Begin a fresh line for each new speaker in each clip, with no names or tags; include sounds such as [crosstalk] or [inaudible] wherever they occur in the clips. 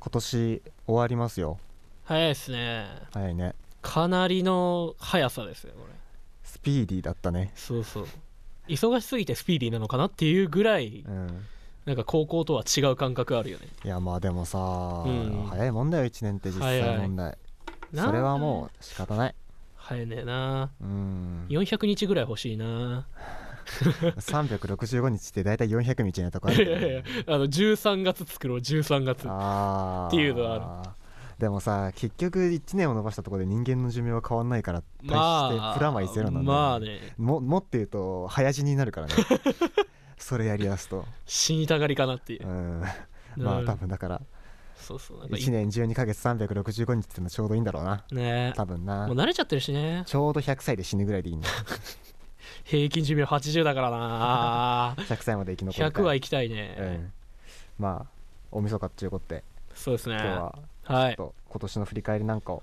今年終わりますよ
早いですね
早いね
かなりの速さですねこれ
スピーディーだったね
そうそう忙しすぎてスピーディーなのかなっていうぐらい
うん
なんか高校とは違う感覚あるよね
いやまあでもさ、
うん
早いもんだよ1年って実際問題、
な
それはもう仕方ない
早いねえな
うん
400日ぐらい欲しいな [laughs]
365日って大体400日のとこあ
い
る
や
よね
いやいやあの13月作ろう13月
あー
っていうのは
でもさ結局1年を延ばしたところで人間の寿命は変わんないから大し
まあ
てプラマイゼロなんだよね
まあね
ももっと言うと早死になる
[laughs]
からねそれやりだすと、
死にたがりかなっていうう、
ん、ま
う
あ
ん
多分だから
そうそうなんかい
1年12ヶ月365日ってのはちょうどいいんだろうな
ね
多分
も
な
う慣れちゃってるしね
ちょうど100歳で死ぬぐらいでいいん
[laughs]
だ
平均寿命80だからな
100歳まで生き残る
100は行きたいね、
うん、まあ大晦日っていうことで
そうですね
今日は
は
ちょっと今年の振り返りなんかを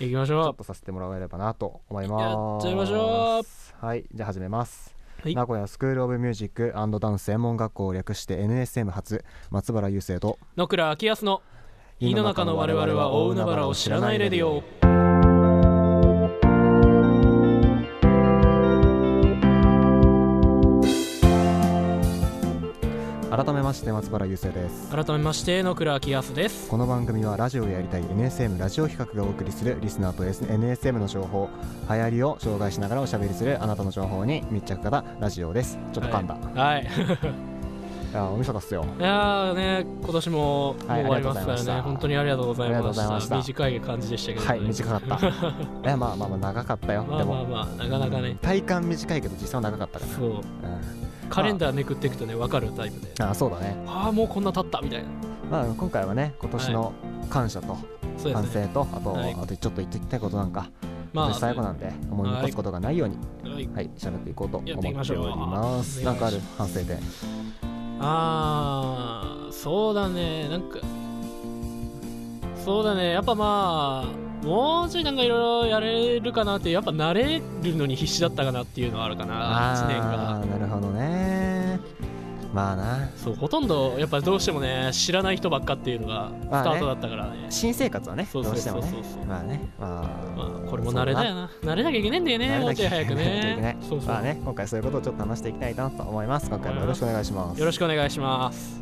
い行きまし
ちょっ
ょ
とさせてもらえればなと思います
やっちゃいましょ
うはいじゃあ始めます、
はい
名古屋スクール・オブ・ミュージックダンス専門学校を略して NSM 初松原雄生と
う野倉昭康の「井の中の我々は大海原を知らないレディオ」
改めまして松原雄生です
改めまして野倉昭康です
この番組はラジオをやりたい NSM ラジオ企画がお送りするリスナーと NSM の情報流行りを紹介しながらおしゃべりするあなたの情報に密着型ラジオですちょっと噛んだ、
はい、はい、
あおみそかっすよ
いやーね今年ももう
はい
終わりま
ありがとうご
すか
ざいま
ら
し
ね、
た
本当にありがとうござい
ありがと
ま
う
し
ござい
た
ました
短い感じでしたけど、ね、
はい短か
[laughs]
ったいやまあまあまあ長かったよ、
ま
で
あまあ
も
まあなかなかね
体感短いけど実際は長かったから
そう
うん
カレンダーめくっていくとね分かるタイプで
あそうだね、
ああもうこんな経ったみたいな
まあ、今回はね今年の感謝と
そうで
反
すね
省と、あと、
はい
あとちょっと言っておきたいことなんか、今
まあ
年最後なんで思い残すことがないように
はい
はい喋っていこうと思
や
っ
ってて
お
い
り
き
ま
ましょう
すなんかある反省点
あーそうだねなんかそうだねやっぱまあもうちょいなんかいろいろやれるかなってやっぱ慣れるのに必死だったかなっていうのはあるかな1年
あ
が
ーなるほどねまあな
そうほとんどやっぱどうしてもね知らない人ばっかっていうのがス
まあ
タ
ね
ートだったからね,、
新生活はね
そ
ど
うそうう
して
そ
も
う
ね
そうそう
まあねまあ
まあこれも慣れだよな慣れなきゃいけないんだよね
慣
も
れ
う
な
ち
き
ょい
ゃい
早
け
く
ない慣れなきゃいけ [laughs] ない
ねそうそう、
まあね今回そういうことをちょっと話していきたいなと思います今回もよろしくお願いします
よろしくお願いします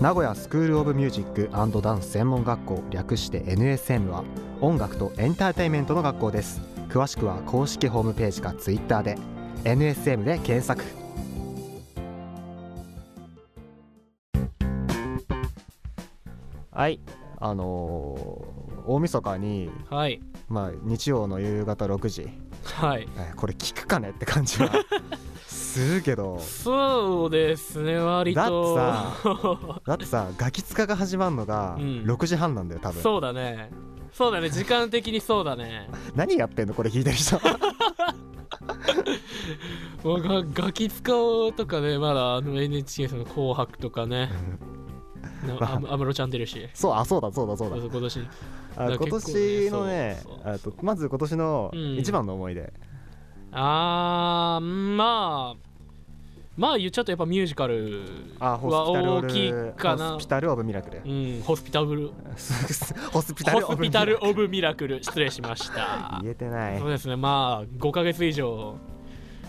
名古屋スクール・オブ・ミュージックダンス専門学校略して NSM は音楽とエンターテインメントの学校です詳しくは公式ホームページか Twitter で NSM で検索はいあのー大晦日に
はい
まあ日曜の夕方6時
はい
えーこれ聞くかねって感 [laughs] じはするけど
そうですね割と
だ
[laughs]
だってさガキ使が始まるのが
うん
6時半なんだよ多分、
そうだねそうだね時間的にそう
[laughs]
だね
何やってんのこれ聞いてる人
[laughs] もうがガキ使おうとかねまだあの NHK さんの「紅白」とか
[laughs]
ねな
まあ
あ安室ちゃん出るし
そうあそうだそうだそうだ
そうそう今年
あ
だか
今
ら結構
年のね
ねそう
あ
そう
とまず今年の
うん
一番の思い出、
あーまあまあ言っちゃうとやっぱミュージカル
あホス
は
ピタルオ
大
ブ
きいかな
ホスピタルオブミラクル
うんホスピタブル
[laughs] ホスピタル
ホ
オブ
スピ
ミ
タ
ラクル
ル・オブ・ミラクル失礼しました
言えてない
そうですねまあ5ヶ月以上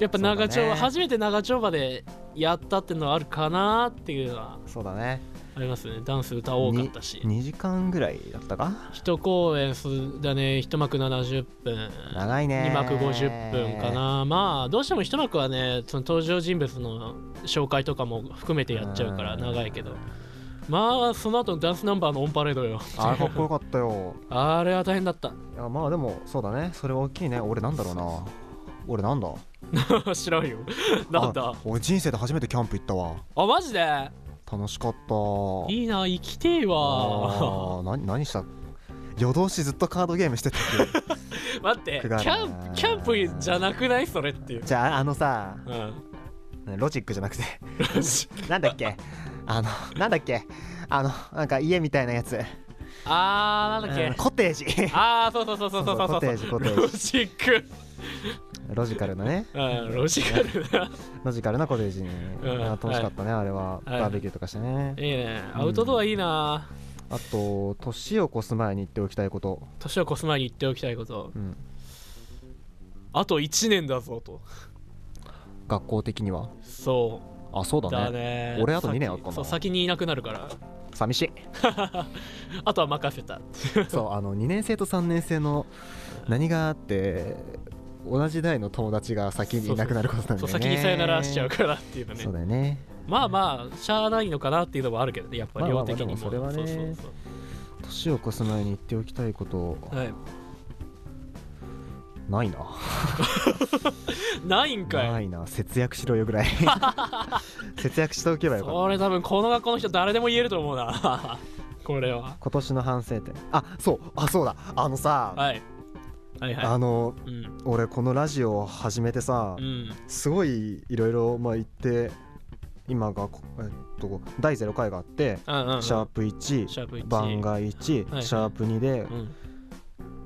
やっぱ長丁
そう
場、
だね
初めて長丁場でやったっていうのはあるかなっていうのは
そうだね
ありますねダンス歌多かったし
2時間ぐらいだったか
一公演すだね1幕70分
長いね
2幕50分かなまあどうしても1幕はねその登場人物の紹介とかも含めてやっちゃうから
うん
長いけどまあその後のダンスナンバーのオンパレードよ
あれかっこよかったよ
あれは大変だった
い
[laughs]
やまあでもそうだねそれは大きいね俺なんだろうな俺なんだ
知ら
[laughs]
んよなんだ
あ俺人生で初めてキャンプ行ったわ
あマジで
楽しかった
いいな生きてえわ
あーな何した夜通しずっとカードゲームしてたっけ
[laughs] 待ってキ
くだら
ャ
ん
ン
な
プキャンプじゃなくないそれっていう、
[laughs] じゃああのさ
うん、 [laughs]
ロジックじゃな [laughs] くてなんだっけあのなんだっけあのなんか家みたいなやつ、
あーなんだっけ、
うんコテージ
ああそうそうそうそうそうそう
そうそうコテージコテージ
ロジック
[laughs] ロジカルなね
うんロジカルな
ロジカルなコテージに、
うん
あ楽しかったね、あれは、
はい
バーベキューとかしてね
いいねアウトドアいいな
あと年を越す前に言っておきたいこと、
年を越す前に言っておきたいこと
うん、
あと1年だぞと
学校的には
そ
あそう
う
だね
だね
俺あと
先
二年あるかな
そう先にいなくなるから
寂しい
あとは任せた
そうあの2年生と3年生の何があって同じ代の友達が先にいなくなることなんだよね
そう先にさよならしちゃうからっていうのね
そうだよね
まあまあしゃあないのかなっていうのもあるけどねやっぱ
まあまあ
量
まあ
的にも
でもそれはね
うそ
年を越す前に言っておきたいこと
うはい
ないな
ないんかい
ないな節約しろよぐら
[laughs]
い節約しておけばよかった
それ多分この学校の人誰でも言えると思うな [laughs] これは
今年の反省点あそうあそうだあのさ、
はいはいは
あの
いうん
俺このラジオを始めてさ、
うん
すごいいろいろまあ言って今がこえっと第0回があって、
うんうん
シャープ1
シャープ1
番外1、
はい
シャープ2で、
うん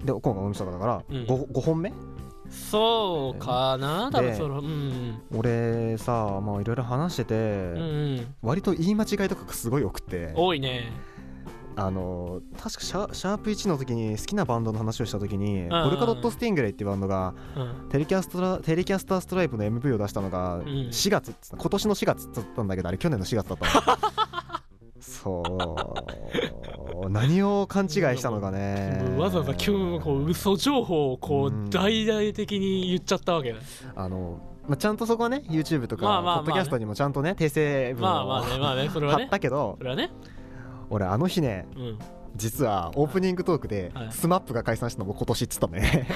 で今回大みそかだから、
うん
五 5, 本目
そうかな多分
で
そのうん
俺さまあいろいろ話してて、
うんうん
割と言い間違いとかすごい多くて
多いね
あの確かシャシャープ1の時に好きなバンドの話をした時に
んうん
ポルカドット・スティングレイっていうバンドが
うん
テレキャストラテレキャスターストライプの MV を出したのが
ん
4月っつった今年の4月っつったんだけどあれ去年の4月だ
[laughs]
ったのそう何を勘違いしたのかね
わざわざ今日こう嘘情報をこ
うん
う大々的に言っちゃったわけだ
あの、まあ、ちゃんとそこはね YouTube とか、
まあまあまあね
ポッドキャストにもちゃんとね訂正文を、
まあまあねまあ
[laughs]
ねそれは
貼っ
ね
たけど
それはね
俺あの日ね
うん
実はオープニングトークで
はい
SMAP が解散したのも今年っつったの
[laughs]
ね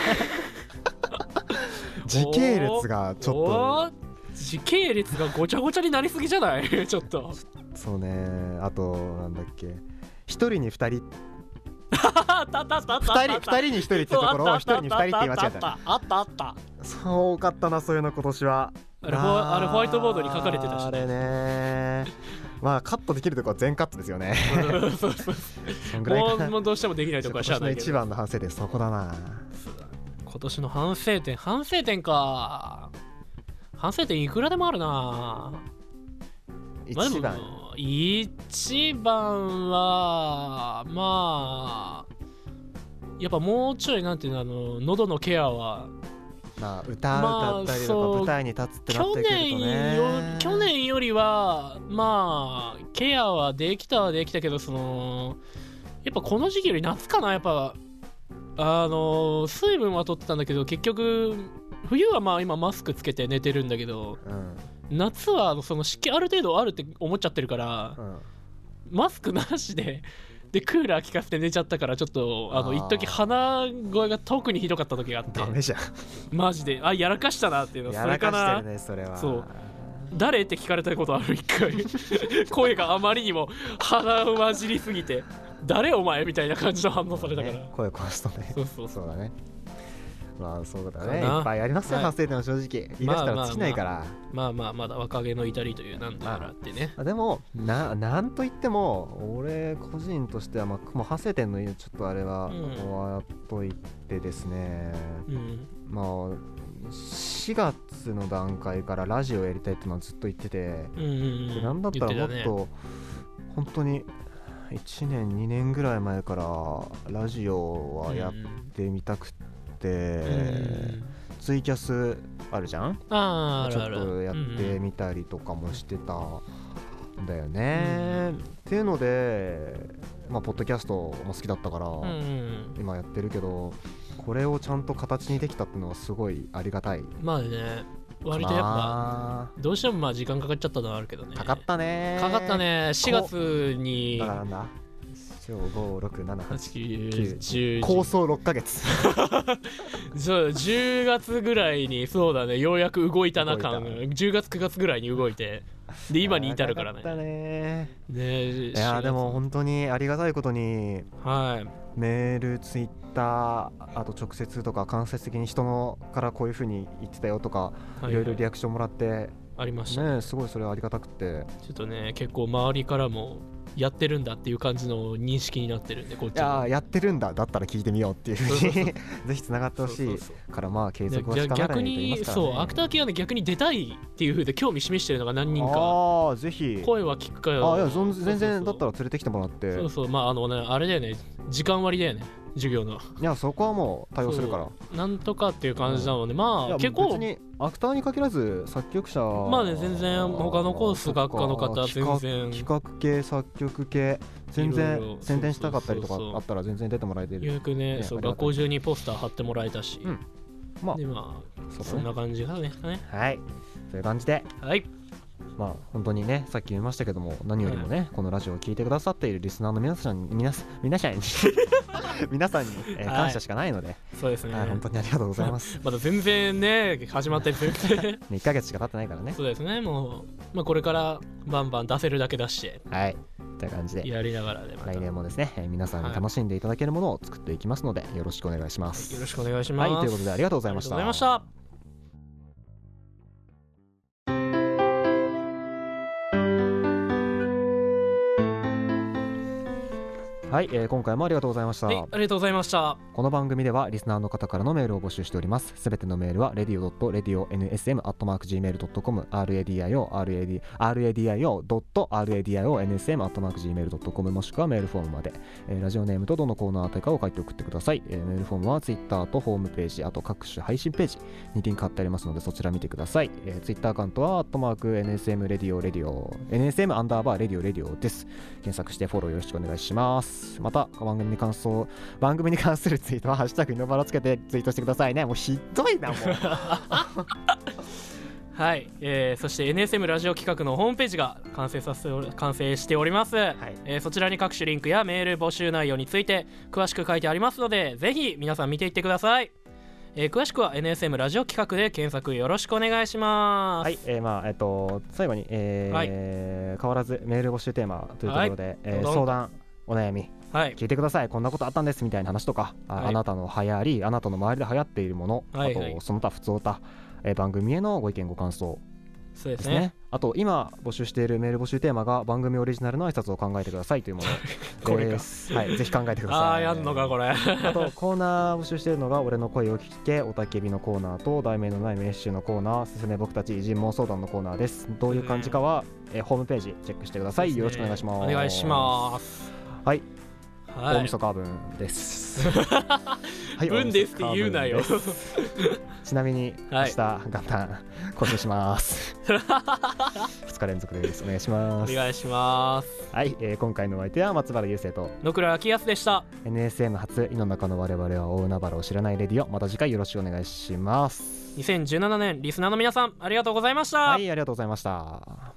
時系列がちょっと
おー時系列がごちゃごちゃになりすぎじゃない [laughs] ちょっと
そうねあとなんだっけ一人に二人
あったあったあったあった
二
[laughs]
人二人に一人ってところを一人に二人って言い間違えた
あったあった
そう多かったなそういうの今年は
あれホ
ま
ワあれホワイトボードに書かれてたし
あれねまあカットできるとこは全カットですよね
そうそう
[laughs] そんぐらい
も
か
う
な
もうどうしてもできないとこはしゃあ
今年
な
の
いけ
一
ど
番の反省点そこだな
今年の反省点反省点か反省点いくらでもあるな
一
まあでも
番
一番はまあやっぱもうちょいなんていうのあの喉のケアは
まあ歌歌ったりとか、
まあそう
舞台に立つってなっ
去
てくると
年
ね
よ去年よりはまあケアはできたはできたけどそのやっぱこの時期より夏かなやっぱあの水分は取ってたんだけど結局冬はまあ今マスクつけて寝てるんだけど
うん
夏はあのその湿気ある程度あるって思っちゃってるから
うん
マスクなしで。でクーラー効かせて寝ちゃったからちょっとあ
あ
の
ー
一時鼻声が特にひどかった時があって
ダメじゃ
マジであやらかしたなっていうの
んや
はそれ
ら
か
かして
な
るねそれは
そう誰って聞かれたことある一回 [laughs] 声があまりにも鼻を混じりすぎて誰お前みたいな感じの反応されたから
ね声壊すとね
そうそうそう
そうだねまあそうだ
か
ね
ない
っぱいありますよ
はい
反省点は正直言い出したら尽きないから
まあまあまだ若気の至りというなんだからってね
あでもななんといっても俺個人としては、まあ、もう反省点のちょっとあれは
うん
終わっといてですね、
うん
まあ4月の段階からラジオやりたいってのはずっと言ってて
うんうん
で
うん
なんだったらもっ
言てたね
と本当に1年2年ぐらい前からラジオはやってみたくって
うんうん
ツイキャスあるじゃん
あーあ
ちょ
るあ
っ
る
とやってみたりとかもしてたんだよね。
うん
っていうのでまあポッドキャストも好きだったから、
うんうんうん
今やってるけどこれをちゃんと形にできたってのはすごいありがたい
まあね割とやっぱ
ぱ
どうしてもまあ時間かかっちゃったのはあるけどね
かかったね
かかったね4月に
だからなんだ4567
8 9 10
構想6ヶ月
そう10月ぐらいにそうだねようやく動いたな感
動いた
10月9月ぐらいに動いてで今に至るからね
長かったね
ねい
いやーでも本当にありがたいことに
はい
メールツイッターあと直接とか間接的に人のからこういうふうに言ってたよとか、いろいろリ
ア
アクションもらって
ありました、
ねえすごいそれありがたくて
ちょっとね結構周りからもやってるんだっていう感じの認識になってるんでこっ
い
ち
や
は
ーやってるんだだったら聞いてみようっていうふ
そううそう
に
そ
[laughs] ぜひつながってほし
そう
い
そう
からまあ継
そう
続はし
で
かなら
逆
ないと言います
に
から、ね、
そうアクター系はね逆に出たいっていう風で興味示してるのが何人か
ああぜひ
声は聞くか
あ
ら
いや全然全然だった
ら
ら連れてきてもらって
そうそうまああのねあれだよね時間割だよね授業の
いやそこはもう対応するから
なんとかっていう感じなので、ま
い
あ
や
結
別
構
にアクターに限らず作曲者
まあね全然他のコース
そっか
学科の方
企画
全然
企画系作曲系全
いろい
然
ろ
宣伝したかったりとか
そうそうそうそう
あったら全然出てもらえて
よう
る
やくね
ね
そう
ありが
学
たい
校中にポスター貼ってもらえたし、
うんまあ
でまあ
そ
そ
うんだね
な感じですかね
はいそういう感じで
はい
まあ本当にねさっき言いましたけども何よりもね、このラジオを聞いてくださっているリスナーの皆さんに皆さん [laughs] 皆
[laughs]
さんに皆さんに、えー
はい
感謝しかないので、
そうですね
はい本当にありがとうござい
[laughs]
ます
まだ全然ね始まったりするんで
1ヶ月しか経ってないからね
[laughs] そうですねもう、まあ、これからバンバン出せるだけ出して
はいという感じで
やりながらでまた
来
よ
年もですね、えー皆さん
は
に
い
楽しんでいただけるものを作っていきますので、よろしくお願いします。
ろしくお願いしま
は
す、
い、ということでありがとうござい
あり
ま
が
し
とう
た。
ございました
はい、えー今回もありがとうございました。
はい、ありがとうございました。
この番組ではリスナーの方からのメールを募集しております。すべてのメールは radio.radio.nsm.gmail.com radio.radio.radio.nsm.gmail.com radio radio.radio.nsm.gmail.com もしくはメールフォームまで、えーラジオネームとどのコーナー宛てかを書いて送ってください。えーメールフォームは Twitter とホームページ、あと各種配信ページにリンク貼ってありますのでそちら見てください。えー、Twitter アカウントは nsm radio radio nsm アンダーバー radio radio です。検索してフォローよろしくお願いします。また番組に感想番組に関するツイートは「ハッシュタグイノバラ」つけてツイートしてくださいねもうひどいな
[laughs]
もう
はい、えーそして NSM ラジオ企画のホームページが完成させ完成しております、えーそちらに各種リンクやメール募集内容について詳しく書いてありますのでぜひ皆さん見ていってください、えー詳しくは NSM ラジオ企画で検索よろしくお願いします、
はいえーまあえっと最後に、えー
は
変わらずメール募集テーマというところで、えー
どうぞ
相談お悩み
はい
聞いてくださいこんなことあったんですみたいな話とかあ,、
はい
あなたの流行りあなたの周りで流行っているもの、
はいはい
あとその他普通歌、えー番組へのご意見ご感想
そうで
ですす
ね
ねあと今募集しているメール募集テーマが番組オリジナルの挨拶を考えてくださいというもの
[laughs] これか
ですはい、ぜひ考えてください
ああやんのかこれ
あとコーナー募集しているのが「俺の声を聞け」おたけびのコーナーと「題名のない名刺のコーナー「すすめ僕たち偉人妄想談」のコーナーですどういう感じかは、えーホームページチェックしてください、よろしくお願いします
お願いします
はい、
は
大
い
晦日分です
[laughs]
は
分ですって言うなよ
大晦日分ですちなみに明
はい
日元旦更新します2日連続ですお願いし
お
ます
願いします
はい、えー今回のお相手は松原優生と
野倉昭康でした
NSM 初井の中の我々は大海原を知らないレディオまた次回よろしくお願いします
2017年リスナーの皆さんありがとうございました、
はい、ありがとうございました。